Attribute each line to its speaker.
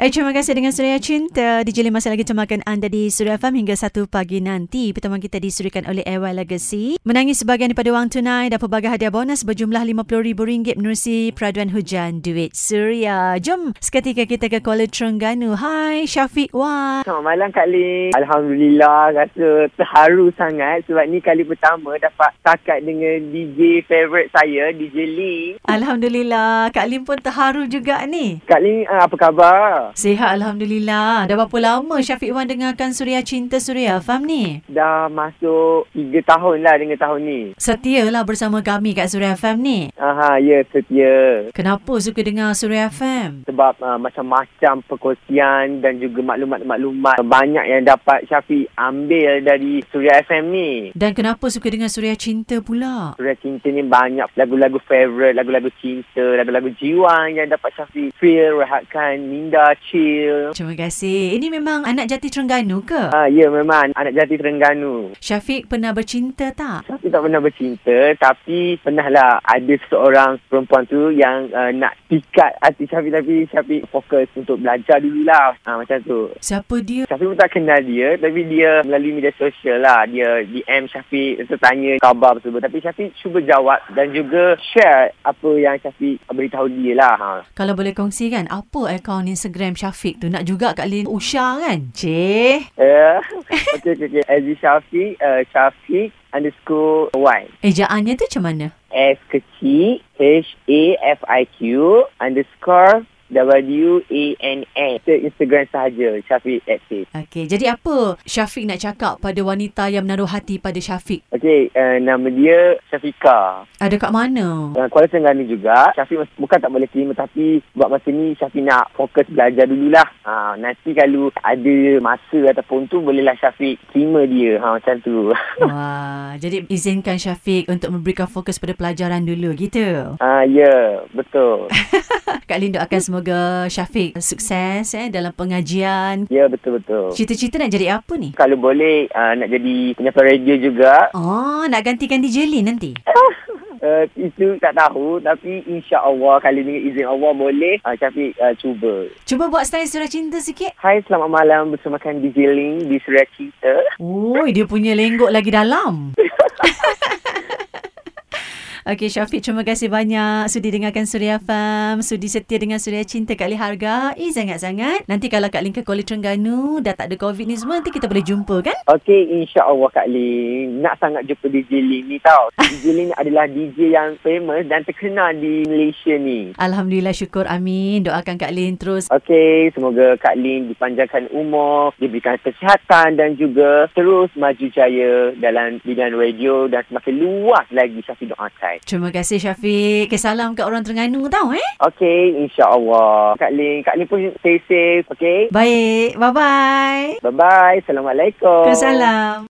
Speaker 1: Eh, terima kasih dengan Surya Cinta. DJ Lima masih lagi temakan anda di Surya FM hingga 1 pagi nanti. Pertemuan kita disurikan oleh AY Legacy. Menangis sebahagian daripada wang tunai dan pelbagai hadiah bonus berjumlah RM50,000 menerusi peraduan hujan duit Surya. Jom seketika kita ke Kuala Terengganu. Hai Syafiq Wan.
Speaker 2: Selamat malam Kak Lin. Alhamdulillah rasa terharu sangat sebab ni kali pertama dapat takat dengan DJ favourite saya, DJ Lee.
Speaker 1: Alhamdulillah. Kak Lim pun terharu juga ni.
Speaker 2: Kak Lin ah, apa khabar?
Speaker 1: Sihat Alhamdulillah. Dah berapa lama Syafiq Wan dengarkan Surya Cinta Surya Faham ni?
Speaker 2: Dah masuk 3 tahun lah dengan tahun ni.
Speaker 1: Setialah bersama kami kat Surya FM ni.
Speaker 2: Aha, ya setia.
Speaker 1: Kenapa suka dengar Surya FM?
Speaker 2: Sebab uh, macam-macam perkongsian dan juga maklumat-maklumat banyak yang dapat Syafiq ambil dari Suria FM ni.
Speaker 1: Dan kenapa suka dengar Surya Cinta pula?
Speaker 2: Suria Cinta ni banyak lagu-lagu favourite, lagu-lagu cinta, lagu-lagu jiwa yang dapat Syafiq feel, rehatkan, minda, chill.
Speaker 1: Terima kasih. Ini memang anak jati Terengganu ke?
Speaker 2: Ah, ya memang anak jati Terengganu.
Speaker 1: Syafiq pernah bercinta tak?
Speaker 2: Syafiq tak pernah bercinta tapi pernahlah ada seorang perempuan tu yang uh, nak pikat hati Syafiq tapi Syafiq fokus untuk belajar dululah. Ah, macam tu.
Speaker 1: Siapa dia?
Speaker 2: Syafiq pun tak kenal dia tapi dia melalui media sosial lah. Dia DM Syafiq untuk tanya khabar betul tapi Syafiq cuba jawab dan juga share apa yang Syafiq beritahu dia lah. Ha.
Speaker 1: Kalau boleh kongsi kan, apa akaun Instagram Syafiq tu? Nak juga Kak Lin Usha kan? Cih.
Speaker 2: Uh, okay, okay, okay. Aziz Syafiq, uh, Syafiq underscore Y.
Speaker 1: Ejaannya tu macam mana?
Speaker 2: S kecil, H-A-F-I-Q underscore W-A-N-S. Itu Instagram sahaja, Syafiq Active.
Speaker 1: Okey, jadi apa Syafiq nak cakap pada wanita yang menaruh hati pada Syafiq?
Speaker 2: Okay, uh, nama dia Syafiqah.
Speaker 1: Ada kat mana?
Speaker 2: Uh, Kuala Terengganu juga. Syafiq mas- bukan tak boleh terima tapi buat masa ni Syafiq nak fokus belajar dululah. Ha, nanti kalau ada masa ataupun tu bolehlah Syafiq terima dia. Ha, macam tu.
Speaker 1: Wah, jadi izinkan Syafiq untuk memberikan fokus pada pelajaran dulu gitu.
Speaker 2: Ah, ya, yeah, betul.
Speaker 1: Kak Lin doakan semoga Syafiq sukses eh dalam pengajian.
Speaker 2: Ya, yeah, betul-betul.
Speaker 1: Cita-cita nak jadi apa ni?
Speaker 2: Kalau boleh uh, nak jadi penyiapan radio juga.
Speaker 1: Oh, nak gantikan DJ Lin nanti.
Speaker 2: Uh, itu tak tahu tapi insya-Allah kali dengan izin Allah boleh uh, Syafiq uh, cuba.
Speaker 1: Cuba buat style surat cinta sikit.
Speaker 2: Hai, selamat malam bersamakan DJ Ling di Suria Cinta.
Speaker 1: Oi, dia punya lenggok lagi dalam. Okey Syafiq, terima kasih banyak sudi dengarkan Suria Farm, sudi setia dengan Suria Cinta Kak Lin hargai sangat-sangat. Nanti kalau Kak Lin ke Kuala Terengganu, dah tak ada COVID ni semua, nanti kita boleh jumpa kan?
Speaker 2: Okey, insya-Allah Kak Lin. Nak sangat jumpa DJ Lin ni tau. DJ Lin adalah DJ yang famous dan terkenal di Malaysia ni.
Speaker 1: Alhamdulillah, syukur amin. Doakan Kak Lin terus.
Speaker 2: Okey, semoga Kak Lin dipanjangkan umur, diberikan kesihatan dan juga terus maju jaya dalam bidang radio dan semakin luas lagi Syafiq doakan.
Speaker 1: Terima kasih Syafiq. Kesalam kat orang Terengganu tau eh.
Speaker 2: Okey, insya-Allah. Kak Lin, Kak Lin pun stay safe, okey?
Speaker 1: Baik, bye-bye.
Speaker 2: Bye-bye. Assalamualaikum.
Speaker 1: Kesalam.